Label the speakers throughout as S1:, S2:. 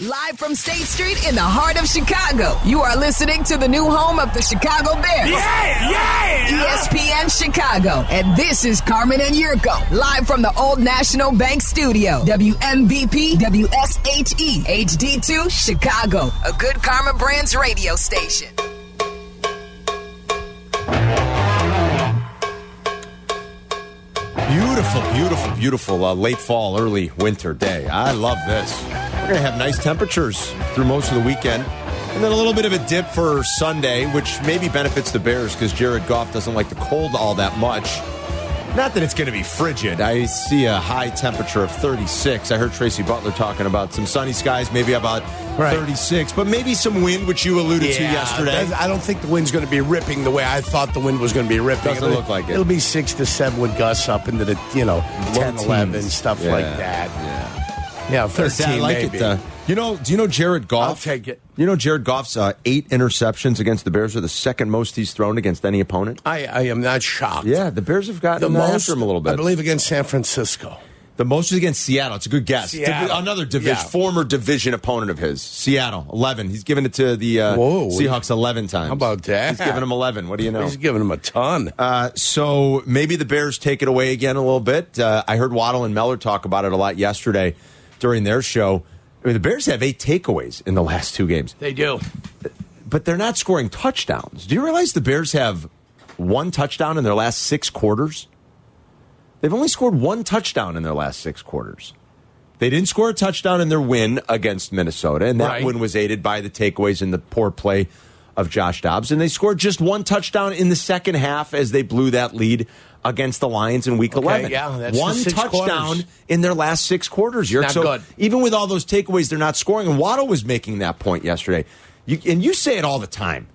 S1: Live from State Street in the heart of Chicago, you are listening to the new home of the Chicago Bears. E
S2: Yeah, yeah.
S1: ESPN Chicago. And this is Carmen and Yurko, live from the Old National Bank Studio. WMVP WSHE HD2 Chicago, a good Karma Brands radio station.
S3: Beautiful, beautiful, beautiful uh, late fall, early winter day. I love this. We're going to have nice temperatures through most of the weekend. And then a little bit of a dip for Sunday, which maybe benefits the Bears because Jared Goff doesn't like the cold all that much. Not that it's going to be frigid. I see a high temperature of 36. I heard Tracy Butler talking about some sunny skies, maybe about
S4: Right.
S3: 36, but maybe some wind, which you alluded to yesterday.
S4: that's- I don't think the wind's going to be ripping the way I thought the wind was going to be ripping.
S3: Doesn't
S4: It'll-
S3: look like it.
S4: It'll be six to seven with gusts up into the you know
S3: Low
S4: 10, 11,
S3: teens.
S4: stuff
S3: Yeah,
S4: like that.
S3: Yeah.
S4: Yeah,
S3: Yeah, I
S4: thirteen
S3: like
S4: maybe.
S3: it. uh, you know, do you know Jared Goff?
S4: I'll take it.
S3: You know Jared Goff's uh, eight interceptions against the Bears are the second most he's thrown against any opponent.
S4: I, I am not shocked.
S3: Yeah, the Bears have gotten
S4: the most
S3: after him a little bit.
S4: I believe against San Francisco.
S3: the most is against Seattle. It's a good guess. Divi-
S4: Seattle.
S3: another division,
S4: Yeah.
S3: former division opponent of his, Seattle. Eleven. He's given it to the uh,
S4: Whoa.
S3: Seahawks eleven times.
S4: How about that?
S3: He's given him eleven. What do you know?
S4: He's giving him a ton.
S3: Uh, so maybe the Bears take it away again a little bit. Uh, I heard Waddle and Meller talk about it a lot yesterday during their show. I mean, the Bears have eight takeaways in the last two games.
S4: they do.
S3: but they're not scoring touchdowns. Do you realize the Bears have one touchdown in their last six quarters? They've only scored one touchdown in their last six quarters. They didn't score a touchdown in their win against Minnesota, and that
S4: Right.
S3: win was aided by the takeaways and the poor play of Josh Dobbs. And they scored just one touchdown in the second half as they blew that lead against the Lions in Week Eleven.
S4: yeah, that's the
S3: one
S4: six
S3: touchdown
S4: quarters.
S3: in their last six quarters. You're
S4: Not
S3: so
S4: good.
S3: even with all those takeaways, they're not scoring. And Waddle was making that point yesterday. You, and you say it all the time.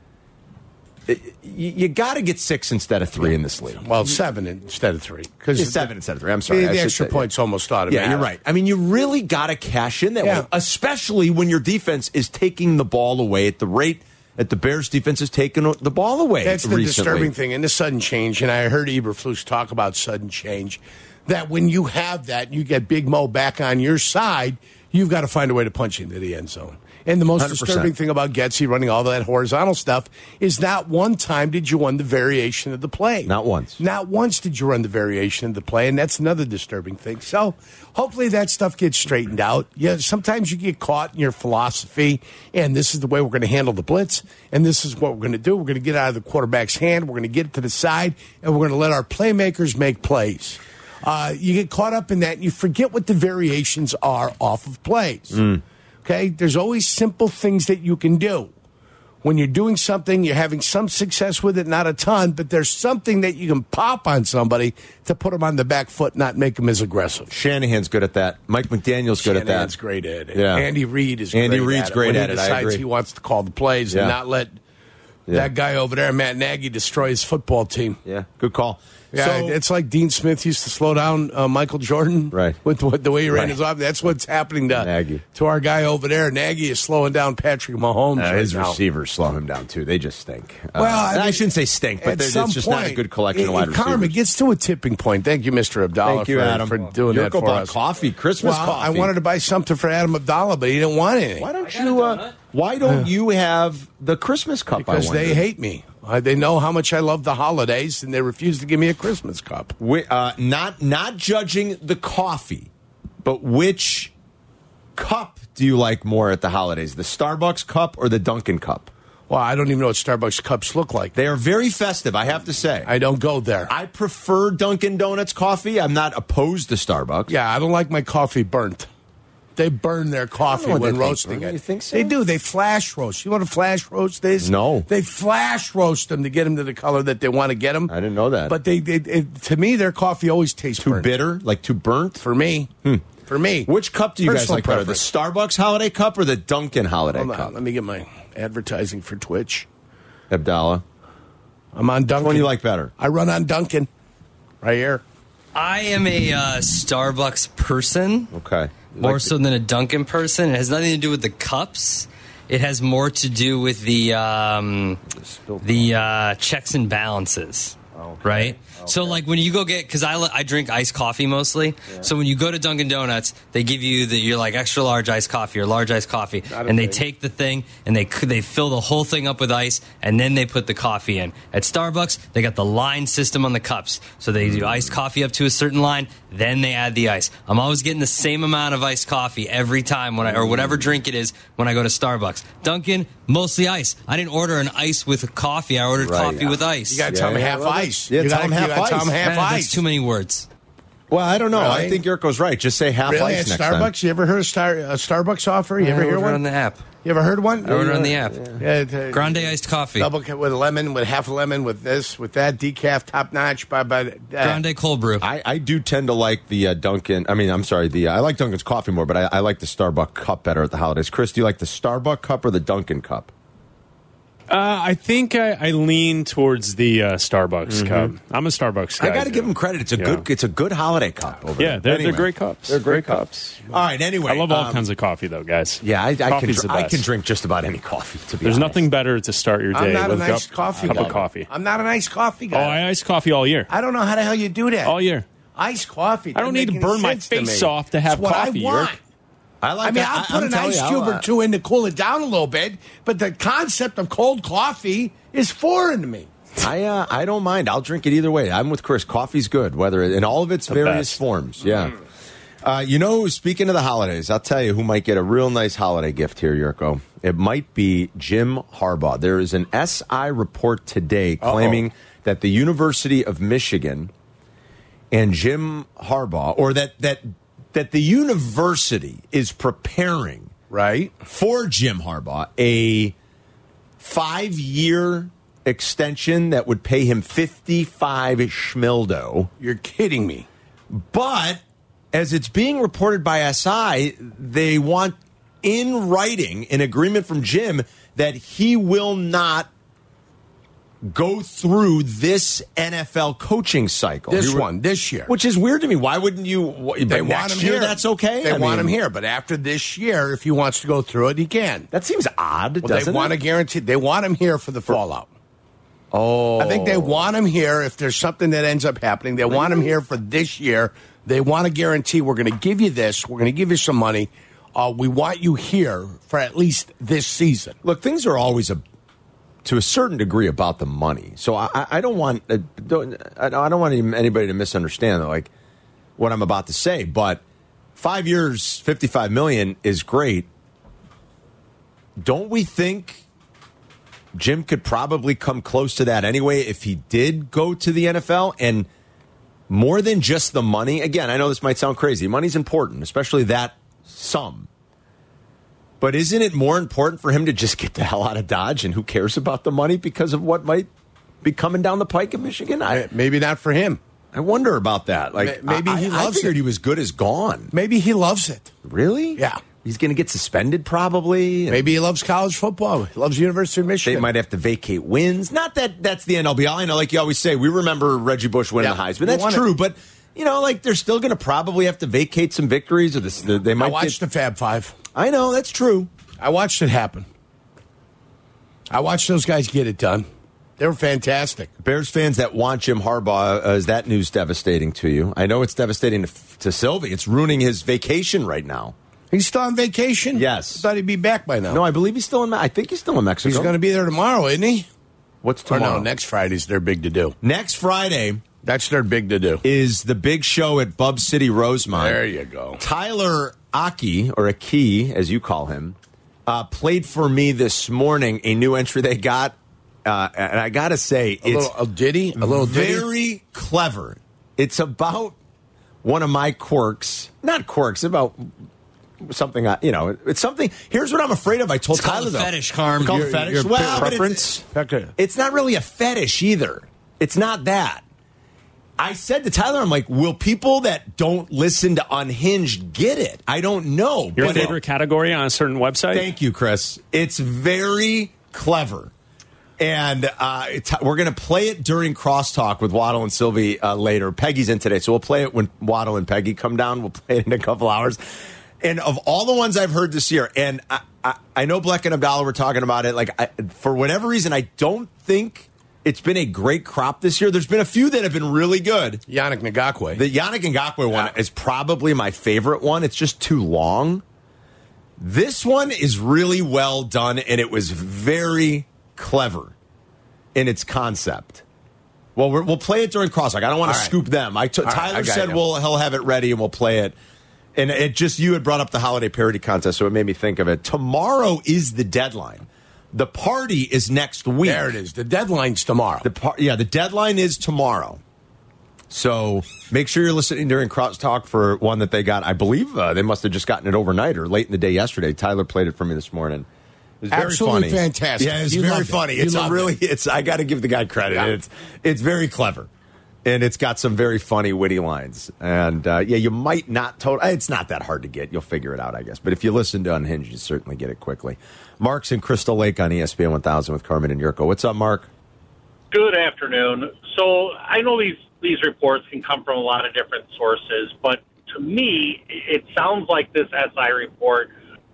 S3: You, got to get six instead of three in this league.
S4: Well, seven instead of three because
S3: It's seven instead of three. I'm
S4: The,
S3: sorry. I
S4: the
S3: should
S4: extra
S3: say-
S4: points almost automatic.
S3: Yeah, you're right. I mean, you really got to cash in that
S4: Yeah.
S3: way, especially when your defense is taking the ball away at the rate that the Bears' defense is taking the ball away.
S4: That's the
S3: recently.
S4: disturbing thing, and the sudden change. And I heard Eberflus talk about sudden change. That when you have that, you get Big Mo back on your side. You've got to find a way to punch into the end zone. And the most
S3: 100%.
S4: disturbing thing about Getzey running all that horizontal stuff is not one time did you run the variation of the play.
S3: Not once.
S4: Not once did you run the variation of the play, and that's another disturbing thing. So hopefully that stuff gets straightened out. Yeah, sometimes you get caught in your philosophy, and this is the way we're going to handle the blitz, and this is what we're going to do. We're going to get out of the quarterback's hand, we're going to get it to the side, and we're going to let our playmakers make plays. Uh, you get caught up in that, and you forget what the variations are off of plays.
S3: Mm-hmm.
S4: Okay, there's always simple things that you can do when you're doing something, you're having some success with it, not a ton, but there's something that you can pop on somebody to put them on the back foot, not make them as aggressive.
S3: Shanahan's good at that. Mike McDaniel's good at that.
S4: Shanahan's great at it.
S3: Yeah.
S4: Andy Reid is.
S3: Andy
S4: great
S3: Reid's
S4: at it.
S3: great
S4: when
S3: at
S4: he
S3: it, I
S4: Decides
S3: agree.
S4: he wants to call the plays
S3: Yeah.
S4: and not let that guy over there, Matt Nagy, destroy his football team.
S3: Yeah, good call.
S4: Yeah,
S3: So-
S4: it's like Dean Smith used to slow down uh, Michael Jordan,
S3: Right.
S4: With the, the way he ran
S3: Right.
S4: his offense. That's what's happening to
S3: Nagy.
S4: to our guy over there. Nagy is slowing down Patrick Mahomes.
S3: Uh,
S4: right
S3: his
S4: now.
S3: receivers slow him down too. They just stink. Uh,
S4: Well, I,
S3: I,
S4: mean,
S3: shouldn't say stink,
S4: at
S3: but they're-
S4: some
S3: it's just not a
S4: point,
S3: good collection
S4: it-
S3: of wide
S4: it-
S3: receivers.
S4: Carm, it gets to a tipping point. Thank you, Mr. Abdallah,
S3: Thank you,
S4: for,
S3: Adam,
S4: for doing
S3: Yurko
S4: that for
S3: bought
S4: us.
S3: coffee, Christmas
S4: Well,
S3: coffee.
S4: I wanted to buy something for Adam Abdallah, but he didn't want anything
S3: Why don't you? Uh, why don't you have the Christmas cup?
S4: because
S3: I
S4: they
S3: wonder?
S4: hate me. Uh, they know how much I love the holidays, and they refuse to give me a Christmas cup.
S3: Wi- uh, not not judging the coffee, but which cup do you like more at the holidays? The Starbucks cup or the Dunkin' cup?
S4: Well, I don't even know what Starbucks cups look like.
S3: They are very festive. I have to say.
S4: I don't go there.
S3: I prefer Dunkin' Donuts coffee. I'm not opposed to Starbucks.
S4: Yeah, I don't like my coffee burnt. They burn their coffee
S3: know what
S4: when
S3: they think,
S4: roasting
S3: Vern.
S4: it.
S3: You think so?
S4: They do. They flash roast. You want to flash roast this?
S3: No.
S4: They flash roast them to get them to the color that they want to get them.
S3: I didn't know that.
S4: But they, they it, to me, their coffee always tastes
S3: Too
S4: burnt.
S3: bitter, like too burnt. Hmm.
S4: for me. For me,
S3: Which cup do you guys
S4: Personal
S3: like better, the
S4: preference.
S3: Starbucks holiday cup or the Dunkin' holiday
S4: Hold
S3: cup?
S4: on, let me get my advertising for Twitch.
S3: Abdallah,
S4: I'm on Dunkin'.
S3: which one do you like better?
S4: I run on Dunkin'. Right here.
S5: I am a uh, Starbucks person.
S3: Okay.
S5: More
S3: Like-
S5: so than a Dunkin' person. It has nothing to do with the cups. It has more to do with the um, the uh, checks and balances, right? So like when you go get because I, li- I drink iced coffee mostly. So when you go to Dunkin' Donuts, they give you the you're like extra large iced coffee or large iced coffee,
S4: a
S5: and they
S4: thing.
S5: take the thing and they c- they fill the whole thing up with ice, and then they put the coffee in. At Starbucks, they got the line system on the cups, so they do iced coffee up to a certain line, then they add the ice. I'm always getting the same amount of iced coffee every time when I or whatever drink it is when I go to Starbucks. Dunkin' mostly ice. I didn't order an ice with coffee. I ordered
S3: Right.
S5: coffee with ice.
S4: You got to tell them
S3: yeah,
S4: half
S3: well, that's-
S4: ice.
S3: yeah,
S4: you
S3: tell
S4: gotta-
S3: 'em half
S4: you gotta Tell
S3: ice.
S4: them half
S5: Man,
S4: ice.
S5: That's too many words.
S3: Well, I don't know. I
S4: Really?
S3: think Yurko's right. Just say half
S4: Really? At
S3: ice next time.
S4: Starbucks? You ever heard a, star, a Starbucks offer? You ever
S5: I
S4: hear
S5: order
S4: one?
S5: on the app?
S4: you ever heard one?
S5: I order on the app.
S4: Yeah, it-
S5: Grande iced coffee.
S4: Double ca- with a lemon, with half a lemon, with this, with that, decaf, top notch. By by, uh,
S5: Grande cold brew.
S3: I, I do tend to like the uh, Dunkin'. I mean, I'm sorry. The uh, I like Dunkin's coffee more, but I, I like the Starbucks cup better at the holidays. Chris, do you like the Starbucks cup or the Dunkin' cup?
S6: Uh, I think I, I lean towards the uh, Starbucks cup. I'm a Starbucks guy.
S3: Mm-hmm. I got to
S6: too.
S3: give them credit. It's a
S6: Yeah.
S3: good. It's a good holiday cup. Over
S6: Yeah,
S3: there.
S6: they're,
S3: Anyway.
S6: they're great cups.
S3: They're great
S6: cups.
S3: All right. Anyway,
S6: I love all
S3: um,
S6: kinds of coffee, though, guys.
S3: Yeah, I, I can.
S6: Coffee's
S3: dr-
S6: the
S3: I
S6: best.
S3: can drink just about any coffee. To be
S6: There's
S3: honest.
S6: nothing better to start your day
S4: I'm not
S6: with
S4: an
S6: a
S4: iced
S6: cup,
S4: coffee
S6: cup
S4: guy.
S6: of coffee.
S4: I'm not an iced coffee
S6: oh,
S4: guy.
S6: I ice coffee all year.
S4: I don't know how the hell you do that.
S6: all year.
S4: Iced coffee.
S6: I don't
S4: doesn't
S6: need to
S4: make any
S6: burn my
S4: sense to
S6: face
S4: me.
S6: off to have
S4: It's what
S6: coffee,
S4: I want.
S6: Yerk.
S3: I
S4: I
S3: like.
S4: mean,
S3: that.
S4: I'll
S3: I-
S4: put
S3: I'm
S4: an
S3: telling
S4: ice
S3: you, I'll,
S4: cube or
S3: uh,
S4: two in to cool it down a little bit, but the concept of cold coffee is foreign to me.
S3: I uh, I don't mind. I'll drink it either way. I'm with Chris. Coffee's good, whether in all of its various
S6: best.
S3: forms. Yeah. Uh, you know, speaking of the holidays, I'll tell you who might get a real nice holiday gift here, Yurko. It might be Jim Harbaugh. There is an SI report today claiming that the University of Michigan and Jim Harbaugh, or that that that the university is preparing
S4: Right?
S3: for Jim Harbaugh a five year extension that would pay him 55 schmildo.
S4: You're kidding me.
S3: But as it's being reported by SI, they want in writing an agreement from Jim that he will not go through this NFL coaching cycle.
S4: This
S3: You were-
S4: one, this year.
S3: Which is weird to me. Why wouldn't you? wh- but
S4: they want
S3: next
S4: him
S3: year,
S4: here.
S3: That's okay.
S4: They
S3: I
S4: want
S3: mean,
S4: him here, but after this year, if he wants to go through it, he can.
S3: That seems odd.
S4: Well, they
S3: doesn't
S4: want
S3: it?
S4: to guarantee. They want him here for the fallout. Oh, I think they want him here if there's something that ends up happening. They want him here for this year. They want to guarantee we're going to give you this. We're going to give you some money. Uh, we want you here for at least this season.
S3: look, things are always a to a certain degree about the money. So I, I- I don't want uh, don't, I I don't want any- anybody to misunderstand like what I'm about to say. But five years, fifty five million is great. Don't we think Jim could probably come close to that anyway if he did go to the NFL and more than just the money? Again, I know this might sound crazy. Money's important, especially that sum. But isn't it more important for him to just get the hell out of Dodge and who cares about the money because of what might be coming down the pike in Michigan? I,
S4: Maybe not for him.
S3: I wonder about that. Like
S4: Ma- maybe
S3: I-
S4: he
S3: I-
S4: loves
S3: I figured
S4: it.
S3: he was good as gone.
S4: Maybe he loves it.
S3: Really?
S4: Yeah.
S3: He's going to get suspended probably. and
S4: Maybe he loves college football. He loves University of
S3: They
S4: Michigan.
S3: might have to vacate wins. Not that that's the NLBL. I know, like you always say, we remember Reggie Bush winning
S4: Yeah.
S3: the
S4: You
S3: Heisman. That's
S4: want it.
S3: true, but you know, like they're still going to probably have to vacate some victories, or this, they
S4: I
S3: might.
S4: watched
S3: get,
S4: the Fab Five.
S3: I know that's true.
S4: I watched it happen. I watched those guys get it done. They were fantastic.
S3: Bears fans that want Jim Harbaugh, uh, is that news devastating to you? I know it's devastating to, to Sylvie. It's ruining his vacation right now.
S4: He's still on vacation.
S3: Yes.
S4: I thought he'd be back by now.
S3: No, I believe he's still in. Me- I think he's still in Mexico.
S4: he's going to be there tomorrow, isn't he?
S3: What's
S4: Or
S3: tomorrow?
S4: no, next Friday's their big to do.
S3: Next Friday
S4: That's their big to do.
S3: is the big show at Bub City Rosemont.
S4: There you go.
S3: Tyler Aki, or Aki, as you call him, uh, played for me this morning. A new entry they got, uh, and I gotta say,
S4: A
S3: it's
S4: little a ditty, a little ditty.
S3: very clever. It's about one of my quirks, not quirks, about something. I, you know, it's something. Here's what I'm afraid of. I told
S5: It's called
S3: Tyler
S5: a
S3: though.
S5: fetish, Carm.
S3: It's called a
S5: Your-
S3: fetish.
S5: your
S3: well, but
S4: preference?
S3: It's, it's not really a fetish either. It's not that. I said to Tyler, I'm like, will people that don't listen to Unhinged get it? I don't know.
S6: Your
S3: but it-
S6: favorite category on a certain website?
S3: Thank you, Chris. It's very clever. And uh, it's, we're going to play it during crosstalk with Waddle and Sylvie uh, later. Peggy's in today, so we'll play it when Waddle and Peggy come down. We'll play it in a couple hours. And of all the ones I've heard this year, and I, I, I know Bleck and Abdallah were talking about it. Like I, for whatever reason, I don't think It's been a great crop this year. There's been a few that have been really good.
S4: Yannick Nagakwe.
S3: The Yannick Ngakwe one is probably my favorite one. It's just too long. This one is really well done, and it was very clever in its concept. Well, we're, we'll play it during crosstalk. I don't want
S4: All
S3: to
S4: right.
S3: scoop them. I t-
S4: right,
S3: Tyler
S4: I got
S3: said
S4: you.
S3: we'll he'll have it ready and we'll play it. And it just you had brought up the holiday parody contest, so it made me think of it. Tomorrow is the deadline. The party is next week.
S4: there it is. The deadline's tomorrow.
S3: The par- yeah, the deadline is tomorrow. So make sure you're listening during crosstalk for one that they got. I believe uh, they must have just gotten it overnight or late in the day yesterday. Tyler played it for me this morning. It's very
S4: Absolutely
S3: funny.
S4: fantastic.
S3: Yeah, it's
S4: You
S3: very
S4: loved it.
S3: funny.
S4: You
S3: It's a
S4: loved
S3: really
S4: it.
S3: it's I got to give the guy credit.
S4: Yeah.
S3: It's it's very clever. And it's got some very funny, witty lines. And uh, yeah, you might not totally. It's not that hard to get. You'll figure it out, I guess. But if you listen to Unhinged, you certainly get it quickly. Mark's in Crystal Lake on E ESPN 1000 with Carmen and Yurko. What's up, Mark?
S7: Good afternoon. So I know these these reports can come from a lot of different sources, but to me, it sounds like this SI report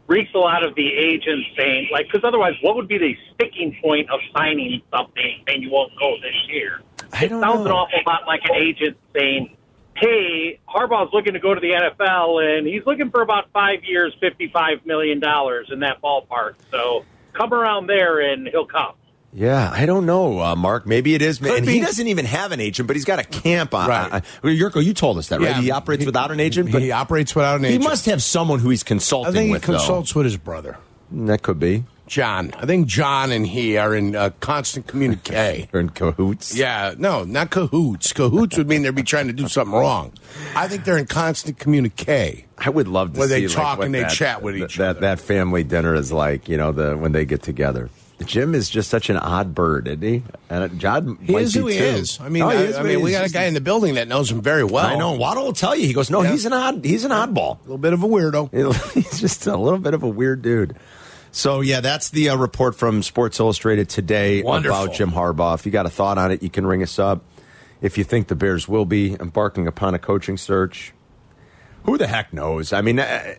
S7: reeks a lot of the agents saying, like, because otherwise, what would be the sticking point of signing something and you won't go this year?
S3: I
S7: it
S8: Oh,
S3: don't
S7: sounds an
S3: know.
S7: awful lot like an agent saying, "Hey, Harbaugh's looking to go to the NFL, and he's looking for about five years, fifty-five million dollars in that ballpark. So come around there, and he'll come."
S3: Yeah, I don't know, uh, Mark. Maybe it is. and he
S4: be.
S3: doesn't even have an agent, but he's got a camp on.
S4: Right.
S3: uh, well, Yurko, you told us that, right?
S4: Yeah.
S3: He operates
S4: He-
S3: without an agent, but
S4: he operates without an
S3: he
S4: agent.
S3: must have someone who he's
S4: I
S3: consulting
S4: think he
S3: with. though. Mm,
S4: consults with his brother,
S3: That could be.
S4: John. I think John and he are in uh, constant communique.
S3: Or in cahoots.
S4: Yeah, no, not cahoots. Cahoots would mean they'd be trying to do something wrong. I think they're in constant communique.
S3: I would love to
S4: Where they
S3: see like,
S4: talk
S3: what
S4: and they
S3: that-
S4: chat with
S3: th-
S4: each
S3: that,
S4: other.
S3: That family dinner is like, you know, the when they get together. Jim is just such an odd bird, isn't he? And uh, John,
S4: He
S3: might
S4: is who
S3: be
S4: he
S3: too.
S4: is. I mean,
S3: No, he
S4: I,
S3: is,
S4: I
S3: but
S4: mean, we
S3: he's
S4: got a
S3: just-
S4: guy in the building that knows him very well.
S3: I know. Waddle will tell you. He goes, no,
S4: Yeah.
S3: he's an odd. He's an oddball.
S4: a little bit of a weirdo.
S3: He's just a little bit of a weird dude. So yeah, that's the uh, report from Sports Illustrated today
S4: Wonderful.
S3: about Jim Harbaugh. If you got a thought on it, you can ring us up. If you think the Bears will be embarking upon a coaching search, who the heck knows? I mean, uh,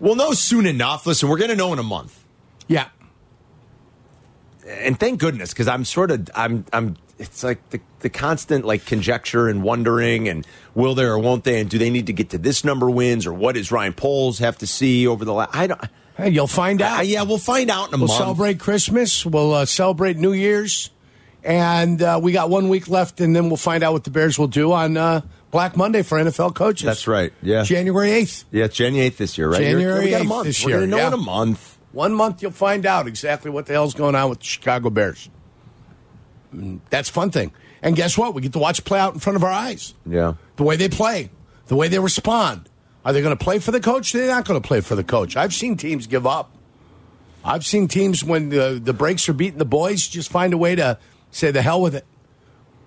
S3: we'll know soon enough. Listen, we're going to know in a month
S4: Yeah,
S3: and thank goodness because I'm sort of I'm I'm it's like the the constant like conjecture and wondering and will there or won't they and do they need to get to this number of wins or what does Ryan Poles have to see over the last I don't
S4: hey, you'll find out.
S3: I, Uh, yeah we'll find out in a
S4: We'll
S3: month.
S4: celebrate Christmas. We'll uh, celebrate New Year's, and uh, we got one week left, and then we'll find out what the Bears will do on uh, Black Monday for NFL coaches.
S3: That's right. Yeah.
S4: January eighth.
S3: yeah, it's January eighth this year, right? You're-
S4: January
S3: we got a
S4: 8th
S3: month.
S4: this
S3: We're gonna
S4: year,
S3: know
S4: yeah.
S3: in a month.
S4: One month, you'll find out exactly what the hell's going on with the Chicago Bears. Mm, That's a fun thing. And guess what? We get to watch play out in front of our eyes.
S3: Yeah.
S4: The way they play, the way they respond. Are they going to play for the coach? They're not going to play for the coach. I've seen teams give up. I've seen teams when the, the breaks are beating the boys just find a way to say the hell with it.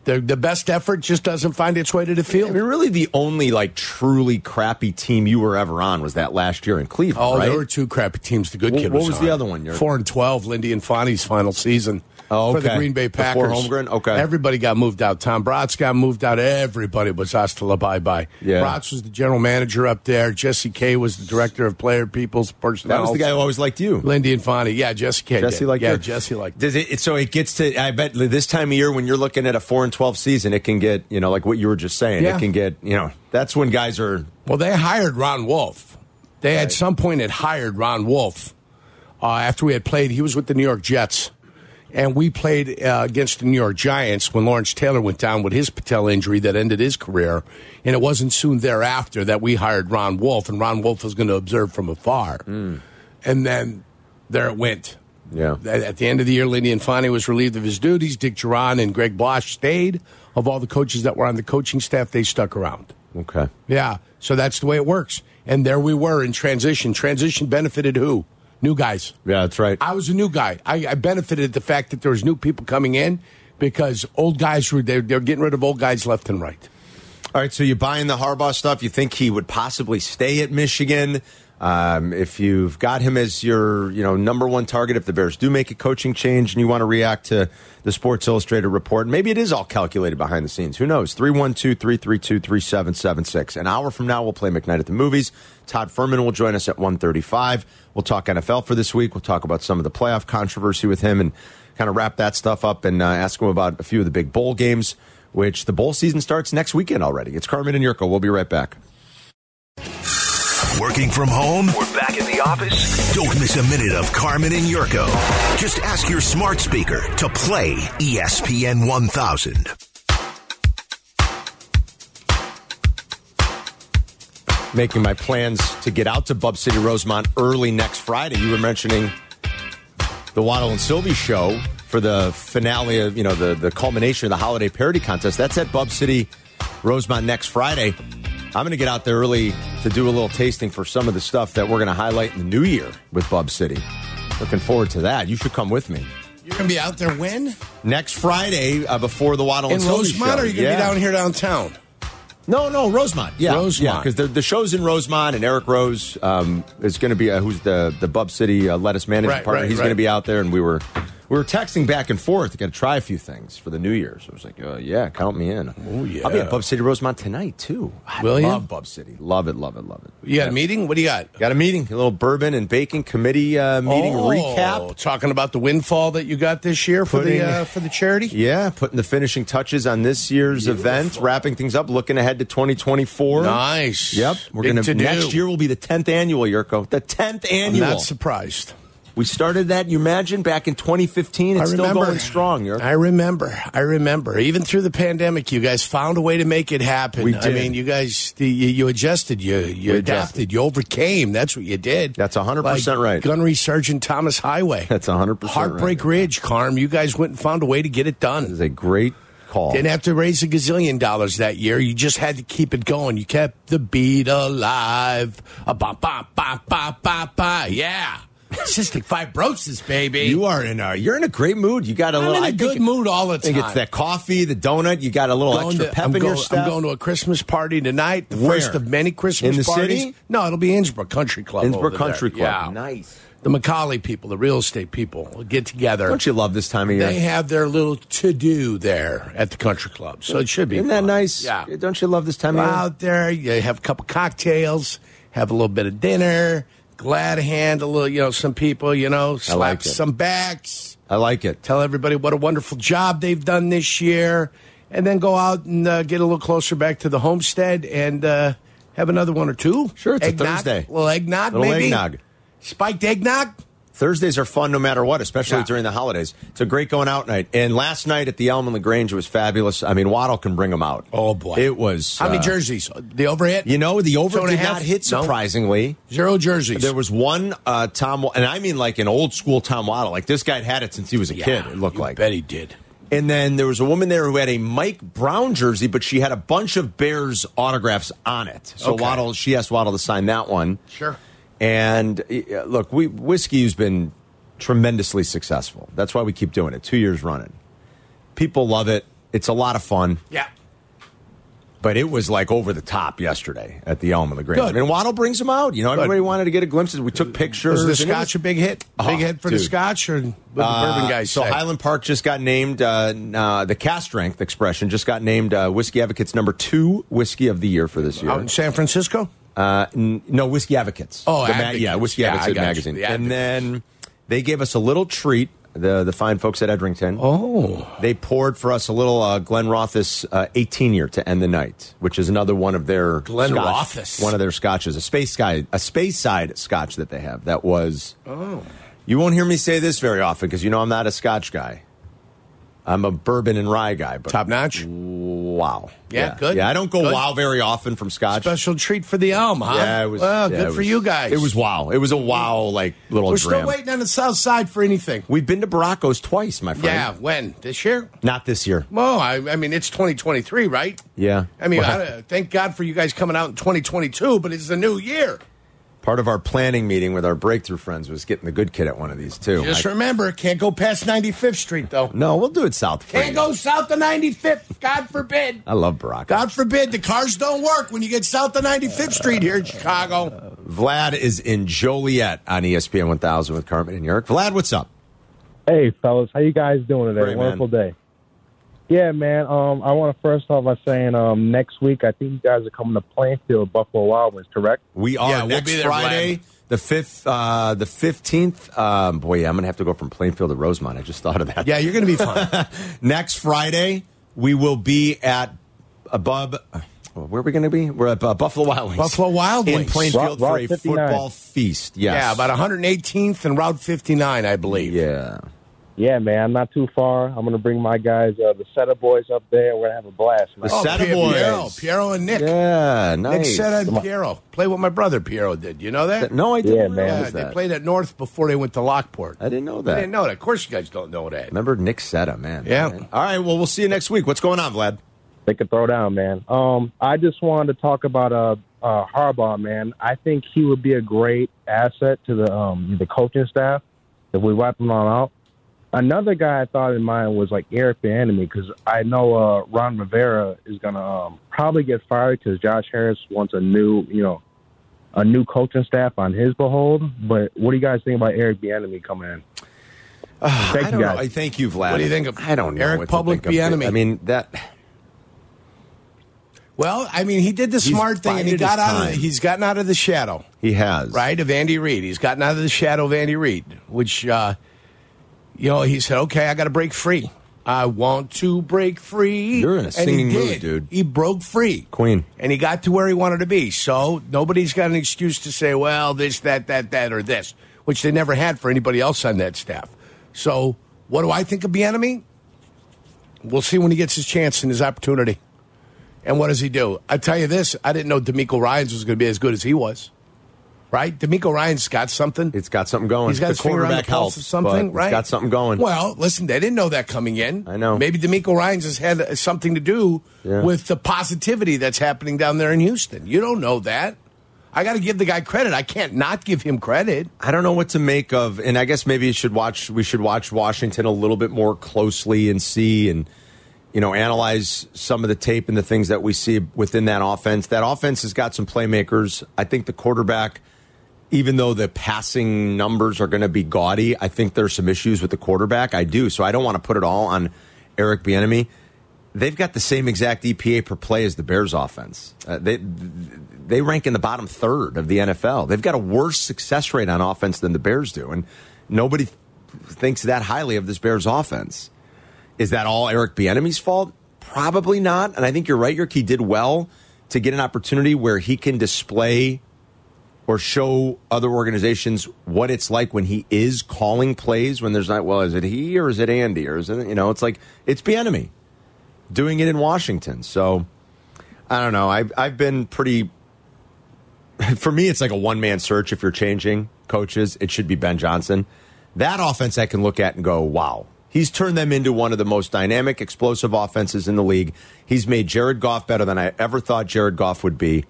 S4: The, the best effort just doesn't find its way to the
S3: I
S4: field.
S3: mean, really, the only like truly crappy team you were ever on was that last year in Cleveland,
S4: Oh,
S3: right?
S4: there were two crappy teams. The good
S3: Wh-
S4: kid.
S3: what
S4: was,
S3: was the
S4: on.
S3: other one, Yurt?
S4: Four and twelve. Lindy and Fonny's final season
S3: Oh,
S4: for the
S3: okay.
S4: Green Bay Packers.
S3: Before Holmgren? Okay.
S4: Everybody got moved out. Tom Bratz got moved out. Everybody was hasta la bye bye.
S3: Yeah.
S4: Bratz was the general manager up there. Jesse K was the director of player people's personnel.
S3: that was the guy who always liked you.
S4: Lindy and Fonny. Yeah, Jesse K.
S3: Jesse
S4: did.
S3: like
S4: Yeah,
S3: your-
S4: Jesse like.
S3: Does it? So it gets to. I bet this time of year when you're looking at a four and twelve season, it can get you know like what you were just saying.
S4: Yeah.
S3: It can get you know that's when guys are.
S4: Well, they hired Ron Wolf. They at some point had hired Ron Wolf uh, after we had played. He was with the New York Jets, and we played uh, against the New York Giants when Lawrence Taylor went down with his patella injury that ended his career. And it wasn't soon thereafter that we hired Ron Wolf, and Ron Wolf was going to observe from afar.
S9: Mm.
S4: And then there it went.
S3: Yeah.
S4: At, at the end of the year, Lindy Infante was relieved of his duties. Dick Duran and Greg Blosch stayed. Of all the coaches that were on the coaching staff, they stuck around.
S3: Okay.
S4: Yeah. So that's the way it works. And there we were in transition. Transition benefited who? New guys.
S3: Yeah, that's right.
S4: I was a new guy. I, I benefited the fact that there was new people coming in because old guys were they're, they're getting rid of old guys left and right.
S3: All right. So you buying the Harbaugh stuff? You think he would possibly stay at Michigan? Um, if you've got him as your you know number one target, if the Bears do make a coaching change and you want to react to the Sports Illustrated report, maybe it is all calculated behind the scenes. Who knows? 312-332-3776. An hour from now, we'll play McKnight at the movies. Todd Furman will join us at 135. We'll talk NFL for this week. We'll talk about some of the playoff controversy with him and kind of wrap that stuff up and uh, ask him about a few of the big bowl games, which the bowl season starts next weekend already. It's Carmen and Yurko. We'll be right back.
S10: Working from home?
S11: We're back in the office.
S10: Don't miss a minute of Carmen and Yurko. Just ask your smart speaker to play E ESPN 1000.
S3: Making my plans to get out to Bub City Rosemont early next Friday. You were mentioning the Waddle and Sylvie show for the finale of, you know, the, the culmination of the holiday parody contest. That's at Bub City Rosemont next Friday. I'm going to get out there early to do a little tasting for some of the stuff that we're going to highlight in the new year with Bub City. Looking forward to that. You should come with me.
S4: You're going to be out there when?
S3: Next Friday uh, before the Waddle
S4: In
S3: and Sylvie
S4: Rosemont,
S3: show.
S4: or are you going to
S3: Yeah.
S4: be down here downtown?
S3: No, no, Rosemont. Yeah,
S4: Rosemont.
S3: Because the, the show's in Rosemont, and Eric Rose um, is going to be uh, who's the the Bub City uh, lettuce management
S4: Right,
S3: partner.
S4: right,
S3: He's
S4: right.
S3: going to be out there, and we were we were texting back and forth. Got to try a few things for the New Year. So I was like, uh, yeah, count me in. Oh
S4: yeah.
S3: I'll be at Bub City Rosemont tonight too. I
S4: Will you?
S3: love Bub City. Love it. Love it. Love it.
S4: You got a meeting? What do you got?
S3: Got a meeting, a little bourbon and bacon committee uh, meeting
S4: Oh,
S3: recap.
S4: Talking about the windfall that you got this year for
S3: Putting-
S4: the uh, for the charity.
S3: Yeah, putting the finishing touches on this year's event, wrapping things up, looking ahead to 2024.
S4: Nice.
S3: Yep, we're
S4: Big
S3: going to
S4: to-do.
S3: next year will be the 10th annual Yurko. The 10th
S4: I'm
S3: annual.
S4: not surprised.
S3: we started that, you imagine, back in 2015. It's still going strong, Yurko.
S4: I remember. I remember. Even through the pandemic, you guys found a way to make it happen.
S3: We
S4: I
S3: did.
S4: mean, you guys, the, you, you adjusted, you, you
S3: We adjusted.
S4: adapted, you overcame. That's what you did.
S3: That's 100% right.
S4: Gunnery Sergeant Thomas Highway.
S3: That's 100%
S4: Heartbreak
S3: right.
S4: Ridge, Carm. You guys went and found a way to get it
S3: This
S4: done.
S3: is a great call.
S4: Didn't have to raise a gazillion dollars that year. You just had to keep it going. You kept the beat alive. A ba ba ba ba ba ba. Yeah. Cystic fibrosis, baby.
S3: you are in a you're in a great mood. You got a
S4: I'm
S3: little
S4: in a
S3: I think
S4: good
S3: it-
S4: mood all the
S3: I think it's
S4: time.
S3: that coffee, the donut. You got a little
S4: Going
S3: extra
S4: to-
S3: pep
S4: I'm
S3: in
S4: going,
S3: your step.
S4: I'm going to a Christmas party tonight, the
S3: Where?
S4: first of many Christmas
S3: In the
S4: parties.
S3: city?
S4: No, it'll be Innsbruck Country Club.
S3: Innsbruck
S4: over there.
S3: Country Club.
S4: Yeah.
S3: Nice.
S4: The Macaulay people, the real estate people, will get together.
S3: Don't you love this time of year?
S4: they have their little to do there at the country club, so it should be.
S3: Isn't that
S4: fun.
S3: nice?
S4: Yeah.
S3: Don't you love this time
S4: Go
S3: of year?
S4: out there, you have a couple cocktails, have a little bit of dinner, glad to hand a little, you know, some people, you know, slap
S3: like it.
S4: some backs
S3: I like it.
S4: tell everybody what a wonderful job they've done this year, and then go out and uh, get a little closer back to the homestead and uh, have another one or two.
S3: Sure, it's a
S4: Eggnog?
S3: Thursday.
S4: Little eggnog,
S3: Little
S4: maybe?
S3: eggnog.
S4: Spiked eggnog?
S3: Thursdays are fun no matter what, especially
S4: Yeah.
S3: during the holidays. It's a great going out night. And last night at the Elm and Lagrange was fabulous. I mean, Waddle can bring them
S4: Oh,
S3: out. It was.
S4: How many
S3: uh,
S4: jerseys? The overhit?
S3: You know, the over
S4: Two and a
S3: did
S4: half?
S3: not hit
S4: No.
S3: surprisingly.
S4: Zero jerseys.
S3: There was one uh, Tom, and I mean like an old school Tom Waddle. Like this guy had it since he was a kid. It looked
S4: you
S3: like.
S4: bet he did.
S3: And then there was a woman there who had a Mike Brown jersey, but she had a bunch of Bears autographs on it. So
S4: Okay.
S3: Waddle, she asked Waddle to sign that one.
S4: Sure.
S3: And uh, look, we whiskey's been tremendously successful. That's why we keep doing it, two years running. People love it. It's a lot of fun,
S4: Yeah.
S3: but it was like over the top yesterday at the Elm and the Grange.
S4: Good.
S3: I mean, Waddle brings them out. You know, everybody wanted to get a glimpse. of- We took pictures.
S4: Was the
S3: and it
S4: scotch a big hit?
S3: Oh,
S4: big hit for the
S3: dude.
S4: scotch or what the bourbon guys
S3: Uh, so
S4: say?
S3: Highland Park just got named uh, n- uh, the cast strength expression just got named uh, Whiskey Advocates number two whiskey of the year for this year.
S4: Out in San Francisco?
S3: Uh, n- no, Whiskey Advocates.
S4: Oh,
S3: The ma-
S4: Advocates.
S3: yeah, Whiskey
S4: Yeah, I
S3: Advocates
S4: got you.
S3: magazine.
S4: The
S3: And
S4: Advocates.
S3: then they gave us a little treat. The the fine folks at Edrington.
S4: Oh.
S3: They poured for us a little uh, Glen Rothes uh, 18 year to end the night, which is another one of their
S4: Glen
S3: scotch-
S4: Rothes.
S3: one of their scotches, a space sky, a space side scotch that they have. That was oh, you won't hear me say this very often because you know I'm not a scotch guy. I'm a bourbon and rye guy, but
S4: Top notch?
S3: wow,
S4: Yeah, good.
S3: Yeah, I don't go
S4: Good.
S3: wow very often from scotch.
S4: Special treat for the Elm, huh?
S3: Yeah, it was.
S4: Well,
S3: yeah,
S4: good
S3: it
S4: for
S3: was-
S4: you guys.
S3: It was wow. It was a wow like little.
S4: We're still
S3: dram.
S4: waiting on the South Side for anything.
S3: We've been to Baracos twice, my friend.
S4: Yeah, when this year?
S3: Not this year.
S4: Well, I, I mean, it's 2023, right?
S3: Yeah.
S4: I mean,
S3: Well,
S4: I, thank God for you guys coming out in 2022, but it's the new year.
S3: part of our planning meeting with our breakthrough friends was getting the good kid at one of these too.
S4: Just
S3: I-
S4: remember, can't go past 95th Street though.
S3: no, we'll do it south. for
S4: Can't
S3: you.
S4: go south of 95th. God forbid.
S3: I love Baracos.
S4: God forbid the cars don't work when you get south of 95th Street here in Chicago.
S3: Vlad is in Joliet on E ESPN 1000 with Carmen and York. Vlad, what's up?
S9: Hey, fellas, how you guys doing today?
S3: Great,
S9: Wonderful day. Yeah, man. Um, I want to first off by saying um, next week I think you guys are coming to Plainfield, Buffalo Wild Wings, correct?
S3: We are
S4: Yeah, we'll
S3: next
S4: be there,
S3: Friday.
S4: Vlad.
S3: The fifth, uh, the fifteenth. Um, boy, yeah, I'm gonna have to go from Plainfield to Rosemont. I just thought of that.
S4: Yeah, you're going to be fine.
S3: Next Friday, we will be at above. uh, Where are we going to be? We're at uh, Buffalo Wild Wings.
S4: Buffalo Wild
S3: in
S4: Wings.
S3: Plainfield
S9: Route-
S3: for
S9: Route
S3: a
S9: 59.
S3: football feast. Yes.
S4: Yeah, about 118th and Route 59, I believe.
S3: yeah.
S9: Yeah, man, I'm not too far. I'm gonna bring my guys, uh, the Setup Boys, up there. We're gonna have a blast, man.
S4: Oh,
S3: The Setta Boys.
S4: Piero, Piero and Nick.
S3: Yeah,
S4: Nick
S3: nice.
S4: Setta and Piero. Play what my brother Piero did. You know that?
S3: no, I didn't
S9: Yeah,
S3: realize
S9: man.
S4: Yeah, they
S3: that.
S4: played at North before they went to Lockport.
S3: I didn't know
S4: I
S3: that.
S4: didn't know that. Of course, you guys don't know that.
S3: Remember Nick Setta, man.
S4: Yeah.
S3: All right. Well, we'll see you next week. What's going on, Vlad?
S9: They could throw down, man. Um, I just wanted to talk about uh, uh, Harbaugh, man. I think he would be a great asset to the um, the coaching staff if we wipe them all out. Another guy I thought in mind was like Eric Bieniemy because I know uh, Ron Rivera is gonna um, probably get fired because Josh Harris wants a new, you know, a new coaching staff on his behold. But what do you guys think about Eric Bieniemy coming in? Thank
S3: Uh, I
S9: you
S3: don't
S9: guys.
S3: know. I thank you, Vlad.
S4: What do you think of
S3: I don't know.
S4: Eric
S3: what to
S4: Public
S3: think of it.
S4: Bieniemy?
S3: I mean that.
S4: Well, I mean, he did the smart thing, and he
S3: bided his
S4: got out. Of,
S3: time.
S4: he's gotten out of the shadow,
S3: He has
S4: right, of Andy Reid. He's gotten out of the shadow of Andy Reid, which, uh, you know, he said, "Okay, I got to break free. I want to break free."
S3: You're in a
S4: And he
S3: singing mood,
S4: did.
S3: dude.
S4: He broke free,
S3: Queen.
S4: and he got to where he wanted to be. So nobody's got an excuse to say, "Well, this, that, that, that, or this," which they never had for anybody else on that staff. So, what do I think of Bienemy? We'll see when he gets his chance and his opportunity. And what does he do? I tell you this, I didn't know D'Amico Ryan's was going to be as good as he was. Right? D'Amico Ryan's got something.
S3: It's got something going.
S4: He's got
S3: the
S4: his finger on the
S3: quarterback
S4: pulse
S3: help
S4: of something,
S3: but
S4: right?
S3: It's got something going.
S4: Well, listen, they didn't know that coming in.
S3: I know.
S4: Maybe D'Amico Ryan's has had uh, something to do
S3: Yeah.
S4: with the positivity that's happening down there in Houston. You don't know that. I got to give the guy credit. I can't not give him credit.
S3: I don't know what to make of, and I guess maybe it should watch. We should watch Washington a little bit more closely and see, and you know, analyze some of the tape and the things that we see within that offense. That offense has got some playmakers. I think the quarterback, even though the passing numbers are going to be gaudy, I think there's some issues with the quarterback. I do, so I don't want to put it all on Eric Bieniemy. They've got the same exact EPA per play as the Bears offense. Uh, they they rank in the bottom third of the NFL. They've got a worse success rate on offense than the Bears do, and nobody thinks that highly of this Bears offense. Is that all Eric Bieniemy's fault? Probably not. And I think you're right, Yerk. He did well to get an opportunity where he can display or show other organizations what it's like when he is calling plays. When there's not, well, is it he or is it Andy or is it you know? It's like it's Bieniemy doing it in Washington. So I don't know. I've I've been pretty. For me, it's like a one man search. If you're changing coaches, it should be Ben Johnson. That offense I can look at and go, wow. He's turned them into one of the most dynamic, explosive offenses in the league. He's made Jared Goff better than I ever thought Jared Goff would be.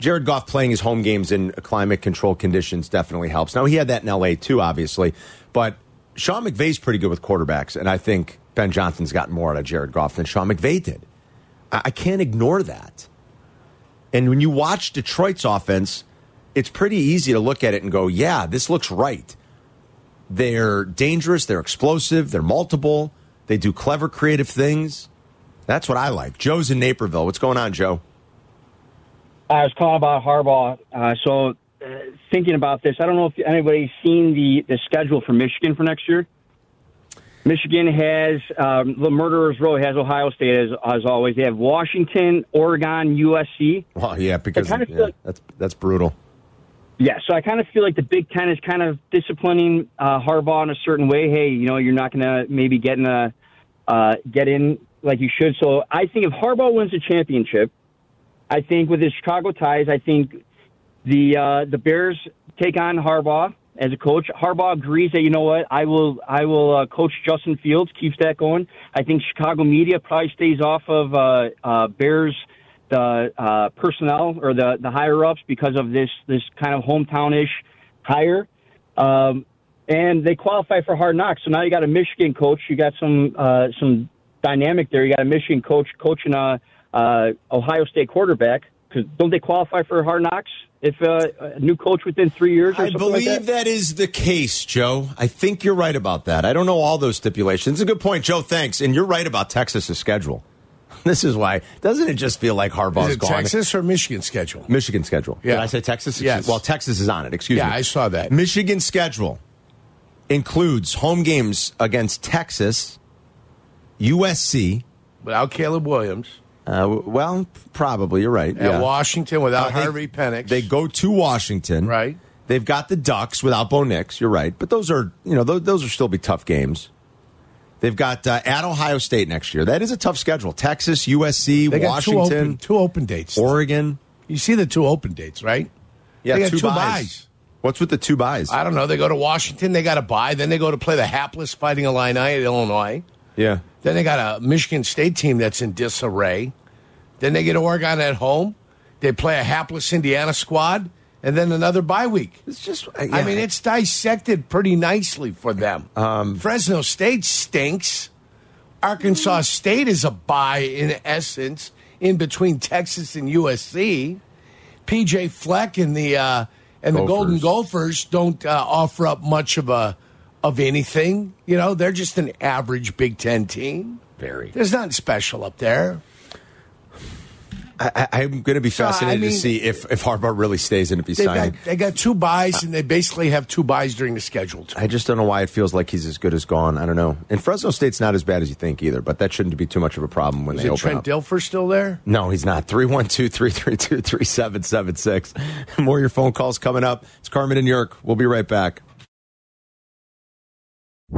S3: Jared Goff playing his home games in climate control conditions definitely helps. Now he had that in LA too, obviously, but Sean McVay's pretty good with quarterbacks, and I think Ben Johnson's gotten more out of Jared Goff than Sean McVay did. I, I can't ignore that. And when you watch Detroit's offense, it's pretty easy to look at it and go, "Yeah, this looks right." They're dangerous. They're explosive. They're multiple. They do clever, creative things. That's what I like. Joe's in Naperville. What's going on, Joe?
S11: I was calling about Harbaugh. Uh, so, uh, thinking about this, I don't know if anybody's seen the, the schedule for Michigan for next year. Michigan has um, the Murderers Row has Ohio State as, as always. They have Washington, Oregon, USC.
S3: Well, yeah, because
S11: kinda
S3: yeah,
S11: feel-
S3: that's that's brutal.
S11: Yeah, so I kind of feel like the Big Ten is kind of disciplining uh, Harbaugh in a certain way. Hey, you know, you're not going to maybe get in a uh, get in like you should. So I think if Harbaugh wins the championship, I think with his Chicago ties, I think the uh, the Bears take on Harbaugh as a coach. Harbaugh agrees that you know what I will I will uh, coach Justin Fields keeps that going. I think Chicago media probably stays off of uh, uh, Bears the uh, personnel or the the higher ups because of this this kind of hometownish hire. Um, and they qualify for hard knocks. So now you got a Michigan coach. You got some uh, some dynamic there. You got a Michigan coach coaching a uh, Ohio State quarterback. Because don't they qualify for hard knocks if uh, a new coach within three years? Or
S3: I
S11: something like
S3: believe
S11: that?
S3: that is the case, Joe. I think you're right about that. I don't know all those stipulations. It's a good point, Joe. Thanks, and you're right about Texas's schedule. This is why. Doesn't it just feel like Harbaugh's
S4: Is it
S3: gone?
S4: Texas or Michigan schedule?
S3: Michigan schedule.
S4: Yeah.
S3: Did I say Texas?
S4: Yes.
S3: Well, Texas is on it. Excuse
S4: Yeah,
S3: me.
S4: I saw that.
S3: Michigan schedule includes home games against Texas, USC.
S4: Without Caleb Williams.
S3: Uh, w- well, probably you're right.
S4: At
S3: yeah.
S4: Washington without
S3: Uh, they-
S4: Harvey Penix.
S3: They go to Washington.
S4: Right.
S3: They've got the Ducks without Bo Nix. You're right. But those are, you know, those, those are still be tough games. They've got uh, at Ohio State next year. That is a tough schedule. Texas, USC,
S4: They got two open,
S3: Washington,
S4: two open dates.
S3: Oregon.
S4: You see the two open dates, right?
S3: Yeah,
S4: They got
S3: two,
S4: two
S3: buys.
S4: buys.
S3: What's with the two buys?
S4: I don't know. They go to Washington. They got a bye. Then they go to play the hapless Fighting Illini at Illinois.
S3: yeah.
S4: Then they got a Michigan State team that's in disarray. Then they get Oregon at home. They play a hapless Indiana squad, and then another bye week.
S3: It's just.
S4: I mean, it's dissected pretty nicely for them. Fresno State stinks. Arkansas State is a buy in essence in between Texas and USC. PJ Fleck and the uh, and the Golden Gophers
S3: Gophers.
S4: don't uh, offer up much of a of anything. You know, they're just an average Big Ten team.
S3: very.
S4: There's nothing special up there.
S3: I, I- I'm going to be
S4: I
S3: fascinated
S4: mean-
S3: to see if if Harbaugh really stays and if he's
S4: They got,
S3: signing.
S4: they got two buys, and they basically have two buys during the schedule. Too.
S3: I just don't know why it feels like he's as good as gone. I don't know. And Fresno State's not as bad as you think either, but that shouldn't be too much of a problem when
S4: Is
S3: they
S4: it
S3: open
S4: Trent
S3: up.
S4: Dilfer still there?
S3: No, he's not. 312 332 3776. More of your phone calls coming up. It's Carmen and York. We'll be right back.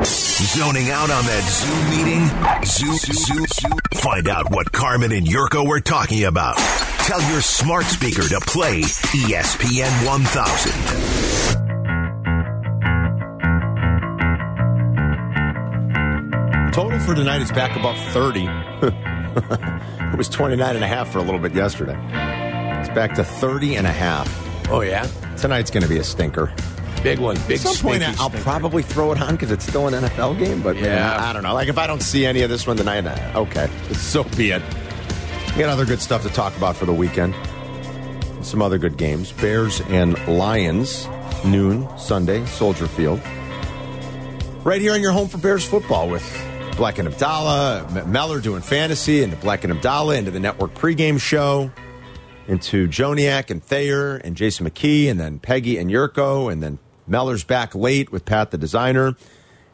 S10: Zoning out on that Zoom meeting? Zoo, zoo, zoo. Find out what Carmen and Yurko were talking about. Tell your smart speaker to play E ESPN 1000.
S3: Total for tonight is back above 30. it was 29 and a half for a little bit yesterday. It's back to 30 and a half.
S4: Oh yeah,
S3: Tonight's going to be a stinker.
S4: big one. Big
S3: At some point,
S4: stinky
S3: I'll
S4: stinker.
S3: probably throw it on because it's still an NFL game. But yeah,
S4: Yeah.
S3: I don't know. Like if I don't see any of this one tonight, uh, okay, so be it. We got other good stuff to talk about for the weekend. Some other good games: Bears and Lions, noon Sunday, Soldier Field. Right here in your home for Bears football with Black and Abdallah, M- Meller doing fantasy, into Black and Abdallah, into the network pregame show into Joniak and Thayer and Jason McKee and then Peggy and Yurko and then Meller's back late with Pat the designer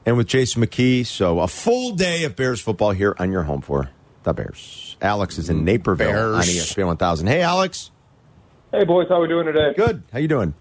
S3: and with Jason McKee. So a full day of Bears football here on your home for the Bears. Alex is in Naperville on E
S4: Bears.
S3: ESPN 1000. Hey, Alex.
S12: Hey boys, how we doing today?
S3: Good. How you doing?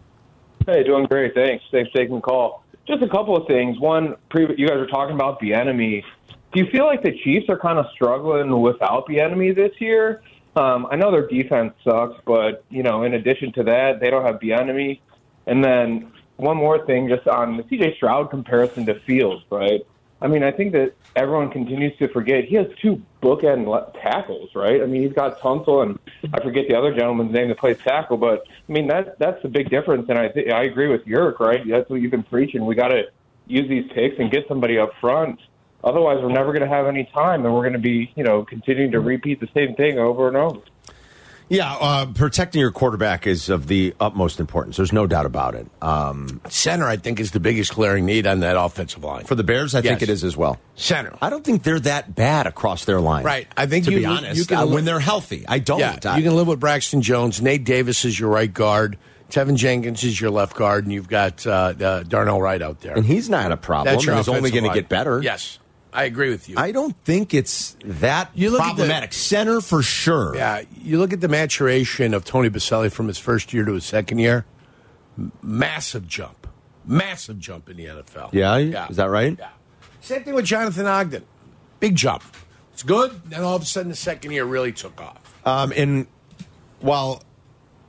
S12: Hey, doing great. Thanks. Thanks for taking the call. Just a couple of things. One, pre- you guys were talking about the enemy. Do you feel like the Chiefs are kind of struggling without the enemy this year? Um, I know their defense sucks, but you know, in addition to that, they don't have the enemy. And then one more thing, just on the CJ Stroud comparison to Fields, right? I mean, I think that everyone continues to forget he has two bookend le- tackles, right? I mean, he's got Tunsil and I forget the other gentleman's name that plays tackle, but I mean that that's the big difference. And I th- I agree with Yurik, right? That's what you've been preaching. We got to use these picks and get somebody up front. Otherwise, we're never going to have any time, and we're going to be you know continuing to repeat the same thing over and over.
S3: Yeah, uh, protecting your quarterback is of the utmost importance. There's no doubt about it. Um,
S4: Center, I think, is the biggest glaring need on that offensive line.
S3: for the Bears, I think
S4: Yes.
S3: it is as well.
S4: Center.
S3: I don't think they're that bad across their line.
S4: Right. I think
S3: to
S4: you-
S3: be
S4: you
S3: honest,
S4: can
S3: uh,
S4: look-
S3: when they're healthy, I don't.
S4: yeah,
S3: I-
S4: you can live with Braxton Jones. Nate Davis is your right guard. Tevin Jenkins is your left guard, and you've got uh, uh, Darnell Wright out there.
S3: and he's not a problem.
S4: your
S3: and is only
S4: offensive
S3: going to
S4: line.
S3: get better.
S4: Yes, I agree with you.
S3: I don't think it's that
S4: You look at the-
S3: problematic. Center for sure.
S4: yeah, you look at the maturation of Tony Baselli from his first year to his second year. m- Massive jump, massive jump in the NFL.
S3: Yeah? Is that right?
S4: Yeah. Same thing with Jonathan Ogden. Big jump. It's good. Then all of a sudden, the second year really took off.
S3: Um, and while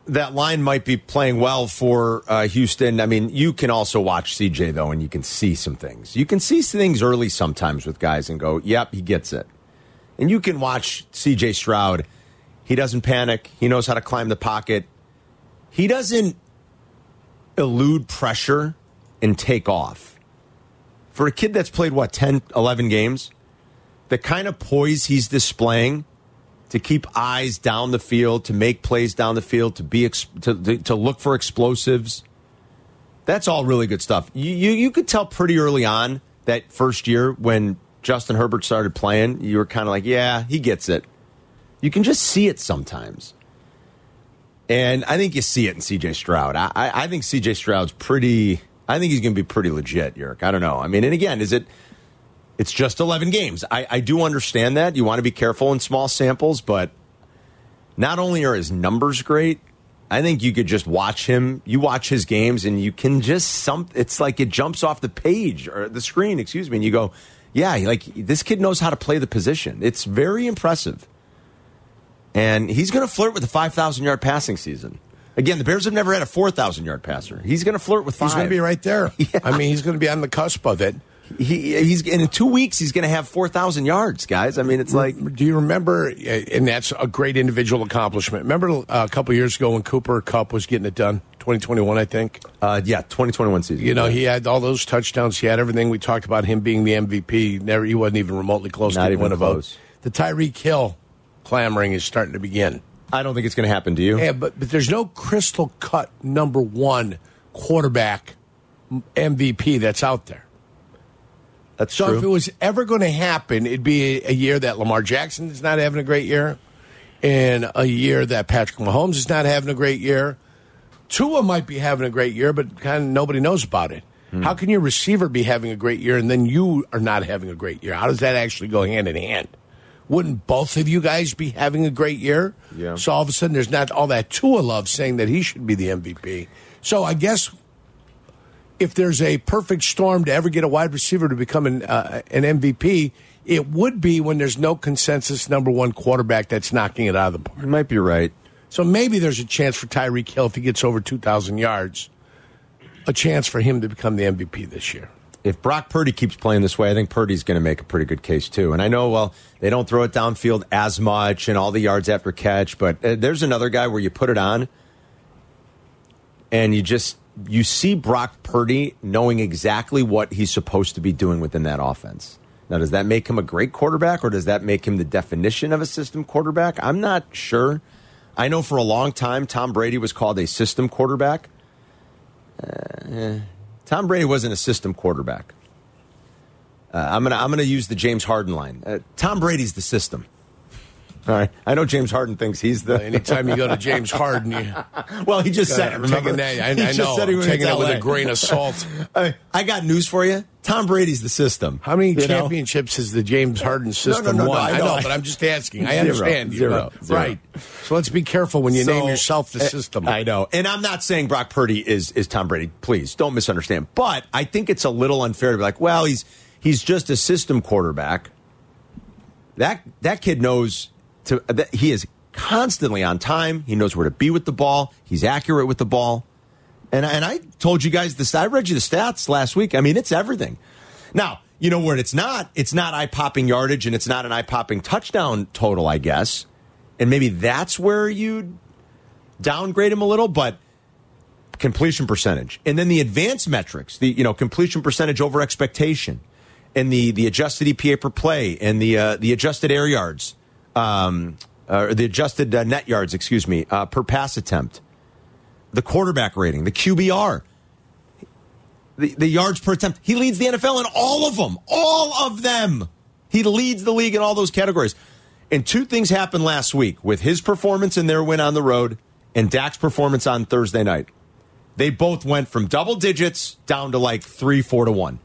S3: that line might be playing well for uh, Houston, I mean, you can also watch CJ though, and you can see some things. You can see things early sometimes with guys and go, "Yep, he gets it." And you can watch CJ Stroud. He doesn't panic. He knows how to climb the pocket. He doesn't elude pressure and take off. For a kid that's played, what, 10, 11 games, the kind of poise he's displaying to keep eyes down the field, to make plays down the field, to be ex- to, to, to look for explosives. That's all really good stuff. You, you you could tell pretty early on that first year when Justin Herbert started playing, you were kind of like, yeah, he gets it. You can just see it sometimes. And I think you see it in CJ Stroud. I, I, I think CJ Stroud's pretty. I think he's going to be pretty legit, Yerk. I don't know. I mean, and again, is it? It's just eleven games. I, I do understand that you want to be careful in small samples, but not only are his numbers great, I think you could just watch him. You watch his games, and you can just some. It's like it jumps off the page or the screen, excuse me, and you go, "Yeah, like this kid knows how to play the position." It's very impressive, and he's going to flirt with the five thousand yard passing season. Again, the Bears have never had a four thousand yard passer. He's going to flirt with five.
S4: He's going to be right there. I mean, he's going to be on the cusp of it.
S3: He, he's and in two weeks he's going to have four thousand yards, guys. I mean, it's like
S4: do you remember? And that's a great individual accomplishment. Remember uh, a couple years ago when Cooper Cup was getting it done, twenty twenty one, I think.
S3: Uh, yeah, twenty twenty one season.
S4: You know, he had all those touchdowns. He had everything. We talked about him being the MVP. Never, he wasn't even remotely close
S3: Not
S4: to
S3: even
S4: one of
S3: close.
S4: those. The Tyreek Hill clamoring is starting to begin.
S3: I don't think it's going to happen. Do you?
S4: Yeah, but but there's no crystal cut number one quarterback MVP that's out there.
S3: That's
S4: so
S3: true.
S4: if it was ever going to happen, it'd be a, a year that Lamar Jackson is not having a great year, and a year that Patrick Mahomes is not having a great year. Tua might be having a great year, but kind of nobody knows about it.
S3: Hmm.
S4: How can your receiver be having a great year and then you are not having a great year? How does that actually go hand in hand? Wouldn't both of you guys be having a great year?
S3: Yeah.
S4: So all of a sudden, there's not all that Tua love saying that he should be the MVP. So I guess if there's a perfect storm to ever get a wide receiver to become an uh, an MVP, it would be when there's no consensus number one quarterback that's knocking it out of the park.
S3: You might be right.
S4: So maybe there's a chance for Tyreek Hill if he gets over two thousand yards, a chance for him to become the MVP this year.
S3: if Brock Purdy keeps playing this way, I think Purdy's going to make a pretty good case too. And I know, well, they don't throw it downfield as much and all the yards after catch, but uh, there's another guy where you put it on and you just you see Brock Purdy knowing exactly what he's supposed to be doing within that offense. Now, does that make him a great quarterback or does that make him the definition of a system quarterback? I'm not sure. I know for a long time Tom Brady was called a system quarterback. Eh, Tom Brady wasn't a system quarterback. Uh, I'm gonna I'm gonna use the James Harden line. Uh, Tom Brady's the system. All right, I know James Harden thinks he's the.
S4: Anytime you go to James Harden, you,
S3: well, he just said it.
S4: I'm
S3: Remember,
S4: taking that- I-
S3: He
S4: I
S3: just
S4: know.
S3: said he
S4: I'm
S3: was
S4: taking it with
S3: LA.
S4: a grain of salt.
S3: I, I got news for you. Tom Brady's the system.
S4: How many
S3: You know?
S4: championships has the James Harden system
S3: no, no,
S4: won?
S3: I
S4: I,
S3: know.
S4: know, but I'm just asking. I
S3: Zero,
S4: understand. you,
S3: zero,
S4: but-
S3: zero.
S4: Right. So let's be careful when you
S3: So-
S4: name yourself the
S3: eh,
S4: system.
S3: I know, and I'm not saying Brock Purdy is is Tom Brady. Please don't misunderstand. But I think it's a little unfair to be like, well, he's he's just a system quarterback. That that kid knows to that he is constantly on time. He knows where to be with the ball. He's accurate with the ball. And and I told you guys this. I read you the stats last week. I mean, it's everything. Now you know where it's not. It's not eye popping yardage, and it's not an eye popping touchdown total. I guess, and maybe that's where you downgrade him a little, but completion percentage. And then the advanced metrics, the you know, completion percentage over expectation and the the adjusted EPA per play and the uh, the adjusted air yards um uh, the adjusted uh, net yards, excuse me, uh, per pass attempt. The quarterback rating, the QBR, the, the yards per attempt. He leads the NFL in all of them. All of them. He leads the league in all those categories. And two things happened last week with his performance and their win on the road and Dak's performance on Thursday night. They both went from double digits down to like three, four to one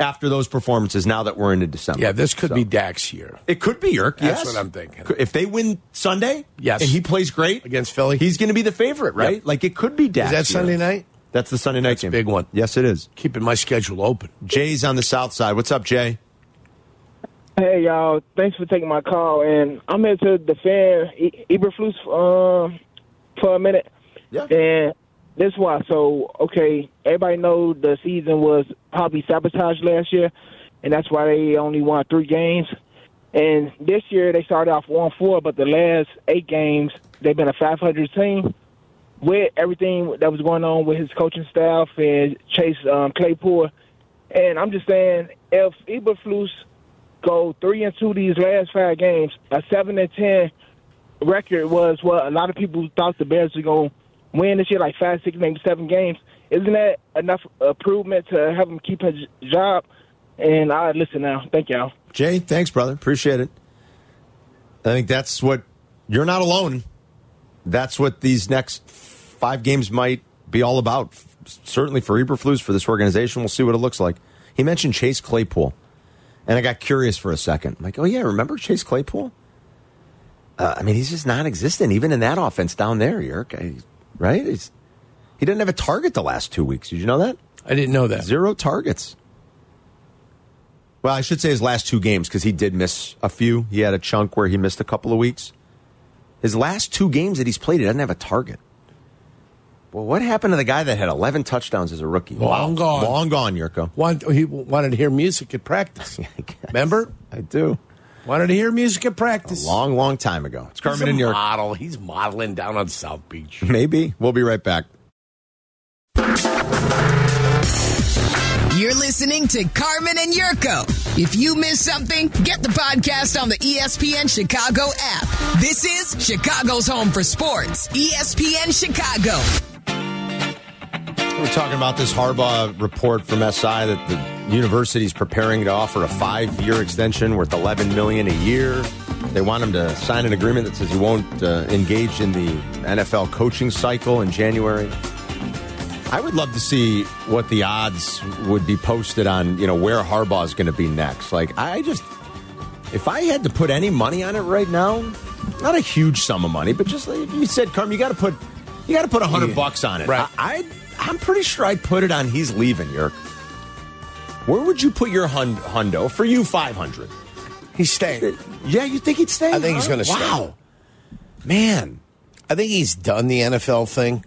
S3: after those performances now that we're into December.
S4: Yeah, this could
S3: So-
S4: be Dax year.
S3: It could be Yerk.
S4: That's
S3: yes.
S4: what I'm thinking.
S3: If they win Sunday,
S4: Yes.
S3: and he plays great
S4: Against Philly?
S3: he's going to be the favorite, right?
S4: Yep.
S3: Like it could be Dak.
S4: Is that Sunday night?
S3: That's the Sunday night game.
S4: Big one.
S3: Yes, it is.
S4: Keeping my schedule open.
S3: Jay's on the south side. What's up, Jay?
S8: Hey y'all, thanks for taking my call, and I'm here to defend I- Eberflus um, for a minute.
S3: Yeah.
S8: And this why. So okay, everybody know the season was probably sabotaged last year, and that's why they only won three games. And this year they started off one four, but the last eight games they've been a 500 team. With everything that was going on with his coaching staff and Chase um, Claypool, and I'm just saying if Eberflus go three and two these last five games. A seven and ten record was what a lot of people thought the Bears were going to win this year, like five, six, maybe seven games. Isn't that enough uh, improvement to have him keep his job? And I listen now. Thank y'all.
S3: Jay, thanks, brother. Appreciate it. I think that's what you're not alone. That's what these next five games might be all about. Certainly for Eberflus, for this organization, we'll see what it looks like. He mentioned Chase Claypool, and I got curious for a 2nd like, oh yeah, remember Chase Claypool? Uh, I mean, he's just non-existent even in that offense down there, Yerk. I- Right? He's, he didn't have a target the last two weeks. Did you know that?
S4: I didn't know that.
S3: Zero targets. Well, I should say his last two games because he did miss a few. He had a chunk where he missed a couple of weeks. His last two games that he's played, he doesn't have a target. Well, what happened to the guy that had 11 touchdowns as a rookie?
S4: Long gone.
S3: Long gone, Yurko.
S4: Want, he wanted to hear music at practice. Remember?
S3: I do.
S4: Wanted to hear music at practice.
S3: A long, long time ago. It's
S4: He's
S3: Carmen and
S4: a
S3: Yurko.
S4: model. He's modeling down on South Beach.
S3: Maybe. We'll be right back.
S1: You're listening to Carmen and Yurko. If you miss something, get the podcast on the E ESPN Chicago app. This is Chicago's home for sports. E ESPN Chicago.
S3: We're talking about this Harbaugh report from SI that the university is preparing to offer a five-year extension worth 11 million a year. They want him to sign an agreement that says he won't uh, engage in the NFL coaching cycle in January. I would love to see what the odds would be posted on, you know, where Harbaugh is going to be next. Like, I just, if I had to put any money on it right now, not a huge sum of money, but just like you said, Carm, you got to put, you got to put a hundred
S4: Yeah.
S3: bucks on it.
S4: Right.
S3: I, I, am pretty sure I'd put it on he's leaving. Yerk. Where would you put your hun- hundo for you five hundred?
S4: He's staying.
S3: Yeah, you think he'd stay?
S13: I think he's
S3: huh?
S13: going to stay.
S3: Wow. Man.
S13: I think he's done the NFL thing.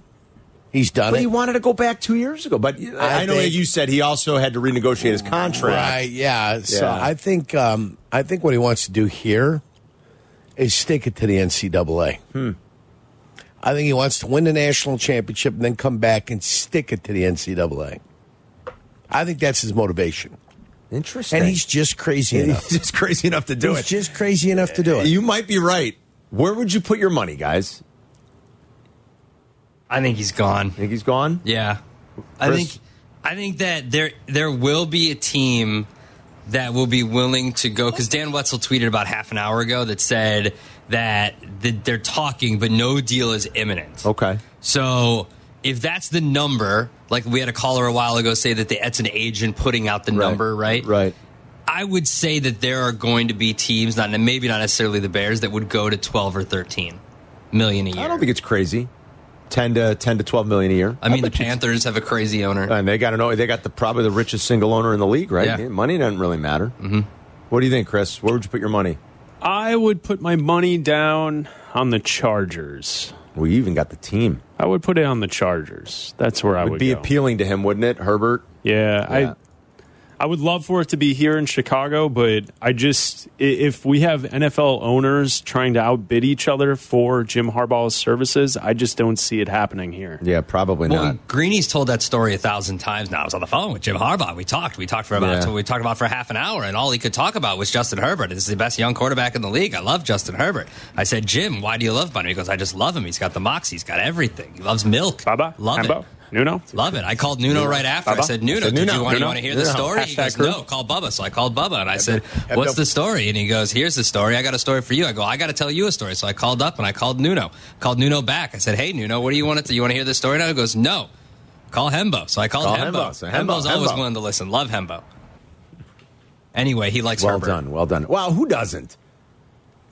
S13: He's done
S3: But
S13: it.
S3: he wanted to go back two years ago. But I, know
S13: think-
S3: that you said he also had to renegotiate his contract.
S13: Right. Yeah. So
S3: Yeah.
S13: I think um, I think what he wants to do here is stick it to the NCAA.
S3: Hmm.
S13: I think he wants to win the national championship and then come back and stick it to the NCAA. I think that's his motivation.
S3: Interesting.
S13: And he's just crazy
S3: He's
S13: enough.
S3: just crazy enough to do
S13: He's
S3: it.
S13: just crazy enough to do it.
S3: You might be right. Where would you put your money, guys?
S5: I think he's gone.
S3: Think he's gone?
S5: Yeah, I
S3: Chris?
S5: think I think that there there will be a team that will be willing to go because Dan Wetzel tweeted about half an hour ago that said that th- they're talking, but no deal is imminent.
S3: Okay.
S5: So if that's the number, like we had a caller a while ago say that the, that's an agent putting out the number, right?
S3: Right.
S5: I would say that there are going to be teams, not maybe not necessarily the Bears, that would go to twelve or thirteen million a year.
S3: I don't think it's crazy. Ten to ten to twelve million a year.
S5: I mean, the Panthers have a crazy owner.
S3: and they got to know they got the probably the richest single owner in the league, right?
S5: Yeah.
S3: Money doesn't really matter. Mm-hmm. What do you think, Chris? Where would you put your money?
S6: I would put my money down on the Chargers.
S3: We even got the team.
S6: I would put it on the Chargers. That's where I would,
S3: Would be
S6: go.
S3: appealing to him, wouldn't it, Herbert?
S6: Yeah,
S3: Yeah.
S6: I I would love for it to be here in Chicago, but I just i- if we have NFL owners trying to outbid each other for Jim Harbaugh's services, I just don't see it happening here.
S3: Yeah, probably
S6: Well,
S3: not.
S5: Greeny's told that story a thousand times now. I was on the phone with Jim Harbaugh. We talked. We talked for about
S3: Yeah.
S5: we talked about for half an hour, and all he could talk about was Justin Herbert. This is the best young quarterback in the league. I love Justin Herbert. I said, Jim, why do you love Bunny? He goes, I just love him. He's got the moxie. He's got everything. He loves milk. Baba, love
S6: Hambo,
S5: it.
S6: Nuno,
S5: Love it. I called Nuno right after. I
S6: Bubba?
S5: said, Nuno,
S6: I said,
S5: did
S6: Nuno,
S5: you want, you
S6: Nuno,
S5: want to hear the
S6: Nuno.
S5: story? He
S6: Hashtag
S5: goes,
S6: crew.
S5: no, call Bubba. So I "Oh, called Bubba and I said, what's the story? And he goes, here's the story. I got a story for you. I go, I got to tell you a story. So I called up and I called Nuno. Called Nuno back. I said, hey, Nuno, what do you want it to? You want to hear the story now? He goes, no. Call Hembo. So I called
S3: Call
S5: Hembo.
S3: Hembo. So Hembo,
S5: Hembo's always
S3: Hembo.
S5: willing to listen. Love Hembo. Anyway, he likes
S3: well
S5: Herbert.
S3: done, well done. Wow, who doesn't?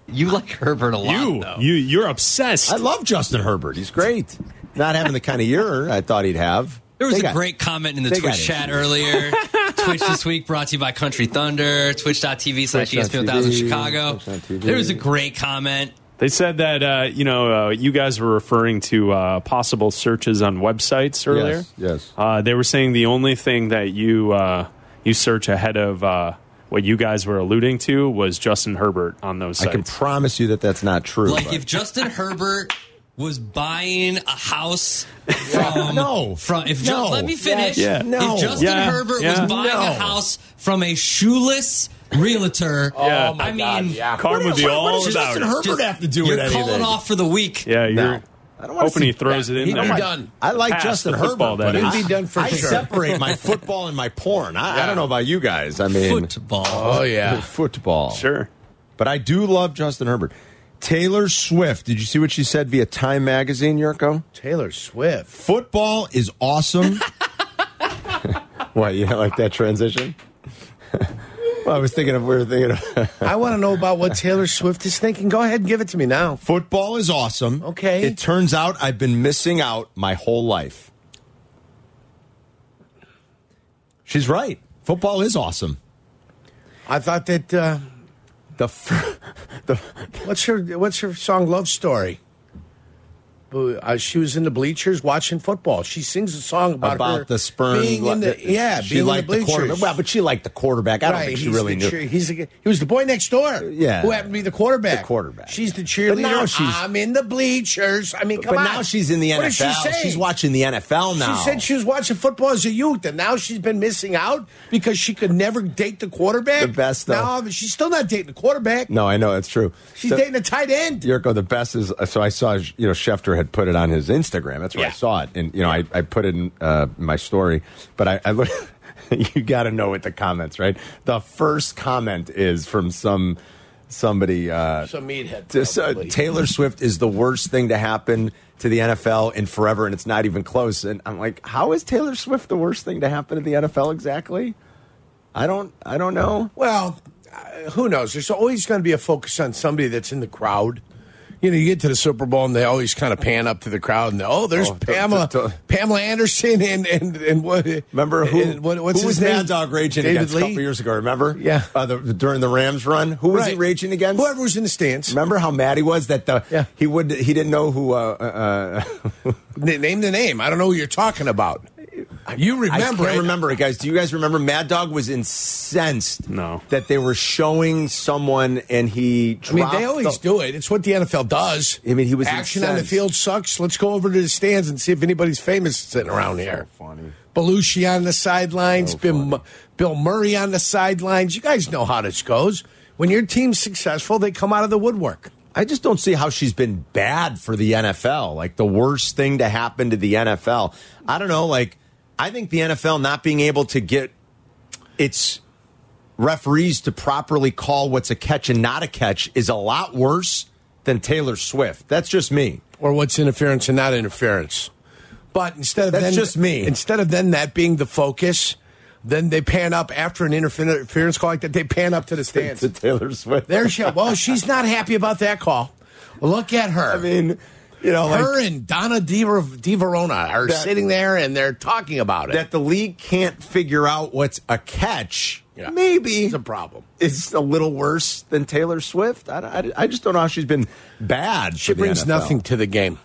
S5: You like Herbert a lot.
S6: You,
S5: though.
S6: you, you're obsessed.
S3: I love Justin Herbert. He's great. Not having the kind of year I thought he'd have.
S5: There was
S3: They
S5: a
S3: got-
S5: great comment in the
S3: they got
S5: Twitch chat
S3: issues.
S5: earlier. Twitch this week brought to you by Country Thunder, twitch.tv slash E ESP 1000 Chicago. There was a great comment.
S6: They said that uh, you know uh, you guys were referring to uh, possible searches on websites earlier.
S3: Yes, yes.
S6: Uh, they were saying the only thing that you uh, you search ahead of uh, what you guys were alluding to was Justin Herbert on those
S3: I
S6: sites.
S3: can promise you that that's not true.
S5: Like
S3: but-
S5: if Justin Herbert was buying a house from
S3: No.
S5: from if
S3: No.
S5: let me finish
S3: Yeah. No.
S5: if Justin
S3: Yeah.
S5: Herbert
S3: Yeah.
S5: was buying
S3: No.
S5: a house from a shoeless realtor
S6: Yeah. Oh, my
S5: I mean
S6: God, yeah. Carm would be all
S5: does
S6: about
S5: Justin
S6: it.
S5: Herbert
S6: Just-
S5: have to do
S6: you're
S5: with anything?
S6: calling off
S5: for the week
S6: yeah, you're
S3: No. I don't wanna
S6: hoping he
S3: see
S6: throws
S3: that.
S6: it in
S3: He-
S6: there.
S3: oh my- I like
S6: Pass
S3: Justin
S6: the football,
S3: Herbert. but
S6: that is.
S3: I- I separate my football and my porn. I, I don't know about you guys. I mean,
S4: Oh,
S3: Oh,
S5: football
S3: football.
S6: Sure.
S3: But I do love Justin Herbert. Taylor Swift. Did you see what she said via Time Magazine, Yurko?
S4: Taylor Swift.
S3: Football is awesome. what, you like that transition? well, I was thinking of, we were thinking of.
S4: I want to know about what Taylor Swift is thinking. Go ahead and give it to me now.
S3: Football is awesome.
S4: Okay.
S3: It turns out I've been missing out my whole life. She's right. Football is awesome.
S4: I thought that uh,
S3: the, fir- the
S4: what's her what's her song "Love Story." Uh, she was in the bleachers watching football. She sings a song about,
S3: about
S4: her
S3: the sperm. uh,
S4: being in the, yeah,
S3: she
S4: being
S3: liked
S4: in the
S3: the,
S4: bleachers.
S3: quarterback. Well, but she liked the quarterback. I don't think she
S4: he's
S3: really
S4: the
S3: knew.
S4: cheer- he's the, he was the boy next door.
S3: Yeah.
S4: who happened to be the quarterback.
S3: The quarterback.
S4: She's the cheerleader.
S3: now she's-
S4: I'm in the bleachers. I mean, come
S3: but
S4: on.
S3: now she's in the
S4: What did she
S3: NFL.
S4: say?
S3: she's watching the NFL now.
S4: She said she was watching football as a youth, and now she's been missing out because she could never date the quarterback.
S3: The best, though.
S4: Now she's still not dating the quarterback.
S3: no, I know it's true.
S4: She's
S3: So-
S4: dating a tight end.
S3: Yurko, the best is so I saw you know Schefter had put it on his Instagram. That's where I saw it, and you know I, I put it in uh, my story. But I, I look, you got to know what the comments right. The first comment is from some somebody. Uh,
S4: Some meathead.
S3: just, uh,
S4: probably.
S3: Taylor Swift is the worst thing to happen to the NFL in forever, and it's not even close. And I'm like, how is Taylor Swift the worst thing to happen to the NFL exactly? I don't, I don't know.
S4: Well, uh, who knows? There's always going to be a focus on somebody that's in the crowd. You know, you get to the Super Bowl and they always kind of pan up to the crowd and oh, there's
S3: Oh, to-
S4: Pamela,
S3: to- to-
S4: Pamela Anderson and and and what?
S3: Remember who?
S4: and what- what's
S3: who
S4: his
S3: was
S4: name?
S3: Mad Dog raging
S4: David
S3: against
S4: Lee?
S3: a couple years ago? Remember?
S4: Yeah.
S3: Uh, the, during the Rams run, who was he
S4: Right.
S3: raging against?
S4: Whoever was in the stands.
S3: Remember how mad he was that the
S4: Yeah.
S3: he would he didn't know who. Uh, uh, uh,
S4: N- name the name. I don't know who you're talking about. You remember?
S3: I can't
S4: it.
S3: remember it, guys. Do you guys remember? Mad Dog was incensed.
S6: No.
S3: That they were showing someone, and he.
S4: I mean,
S3: Dropped
S4: they always
S3: the-
S4: do it. It's what the NFL does.
S3: I mean, he was
S4: action on the
S3: incensed.
S4: field sucks. Let's go over to the stands and see if anybody's famous sitting around here.
S3: funny.
S4: Belushi on the sidelines, Bill, Bill Murray on the sidelines. You guys know how this goes. When your team's successful, they come out of the woodwork.
S3: I just don't see how she's been bad for the NFL. Like the worst thing to happen to the NFL. I don't know. Like I think the NFL not being able to get its referees to properly call what's a catch and not a catch is a lot worse than Taylor Swift. That's just me.
S4: Or what's interference and not interference. But instead of
S3: That's
S4: then,
S3: just me.
S4: Instead of then that being the focus, then they pan up after an interference call like that. They pan up to the stands.
S3: To Taylor Swift.
S4: There she. Well, she's not happy about that call. Look at her.
S3: I mean, you know, like
S4: her and Donna Di, Di Verona are
S3: That-
S4: sitting there and they're talking about it.
S3: that the league can't figure out what's a catch.
S4: Yeah.
S3: Maybe
S4: It's a problem.
S3: It's a little worse than Taylor Swift. I, I, I just don't know how she's been bad.
S4: She
S3: for the
S4: brings
S3: NFL.
S4: nothing to the game.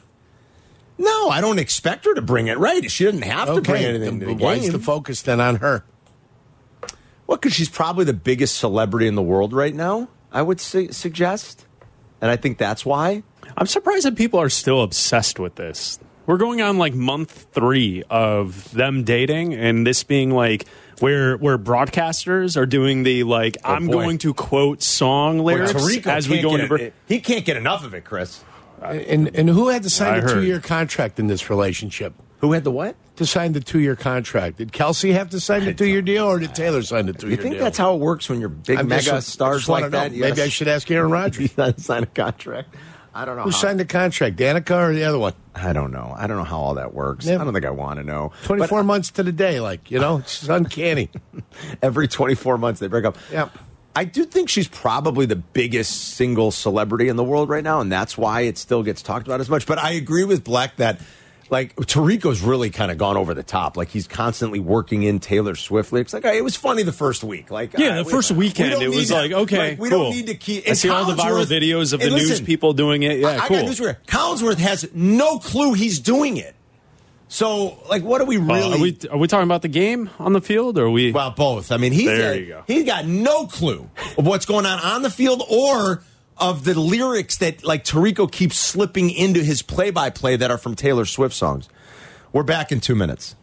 S3: No, I don't expect her to bring it. Right? She didn't have to bring anything to the
S4: then why is
S3: game.
S4: the focus then on her?
S3: Well, because she's probably the biggest celebrity in the world right now. I would su- suggest, and I think that's why.
S6: I'm surprised that people are still obsessed with this. We're going on like month three of them dating, and this being like where where broadcasters are doing the like I'm
S3: Oh, boy.
S6: going to quote song lyrics as we go into. ver-
S3: he can't get enough of it, Chris.
S4: And and who had to sign
S6: I
S4: a
S6: heard.
S4: two year contract in this relationship?
S3: Who had the what?
S4: To sign the two year contract, did Kelsey have to sign the two year deal, or did Taylor sign the two
S3: You
S4: year deal?
S3: think that's how it works when you're big
S4: I'm
S3: mega
S4: just- I
S3: stars
S4: just wanna
S3: like
S4: know.
S3: that? You
S4: Maybe
S3: gotta
S4: I should ask Aaron Rodgers
S3: sign a contract. I don't know
S4: who
S3: how-
S4: signed the contract, Danica or the other one.
S3: I don't know. I don't know how all that works.
S4: Yeah.
S3: I don't think I want to know. But
S4: Twenty four months to the day, like you know, it's uncanny.
S3: every 24 months they break up.
S4: Yeah.
S3: I do think she's probably the biggest single celebrity in the world right now, and that's why it still gets talked about as much. But I agree with Black that, like, Tarico's really kind of gone over the top. Like, he's constantly working in Taylor Swift lyrics. Like, it was funny the first week. Like,
S6: Yeah,
S3: uh,
S6: the
S3: we-
S6: first
S3: we
S6: weekend
S3: don't
S6: it
S3: need
S6: was
S3: to-
S6: like okay,
S3: like, we
S6: cool.
S3: don't need to keep.
S6: I
S3: and
S6: see all the viral
S3: Collinsworth-
S6: videos of
S3: Hey,
S6: the news
S3: listen,
S6: people doing it. Yeah,
S3: I, I
S6: cool.
S3: got news for you. Collinsworth has no clue he's doing it. So, like, what are we
S6: Uh,
S3: really?
S6: are we are we talking about the game on the field or are we?
S3: Well, both. I mean, he's
S6: There
S3: a-
S6: you go.
S3: he's got no clue of what's going on on the field or of the lyrics that like Tarico keeps slipping into his play-by-play that are from Taylor Swift songs. We're back in two minutes.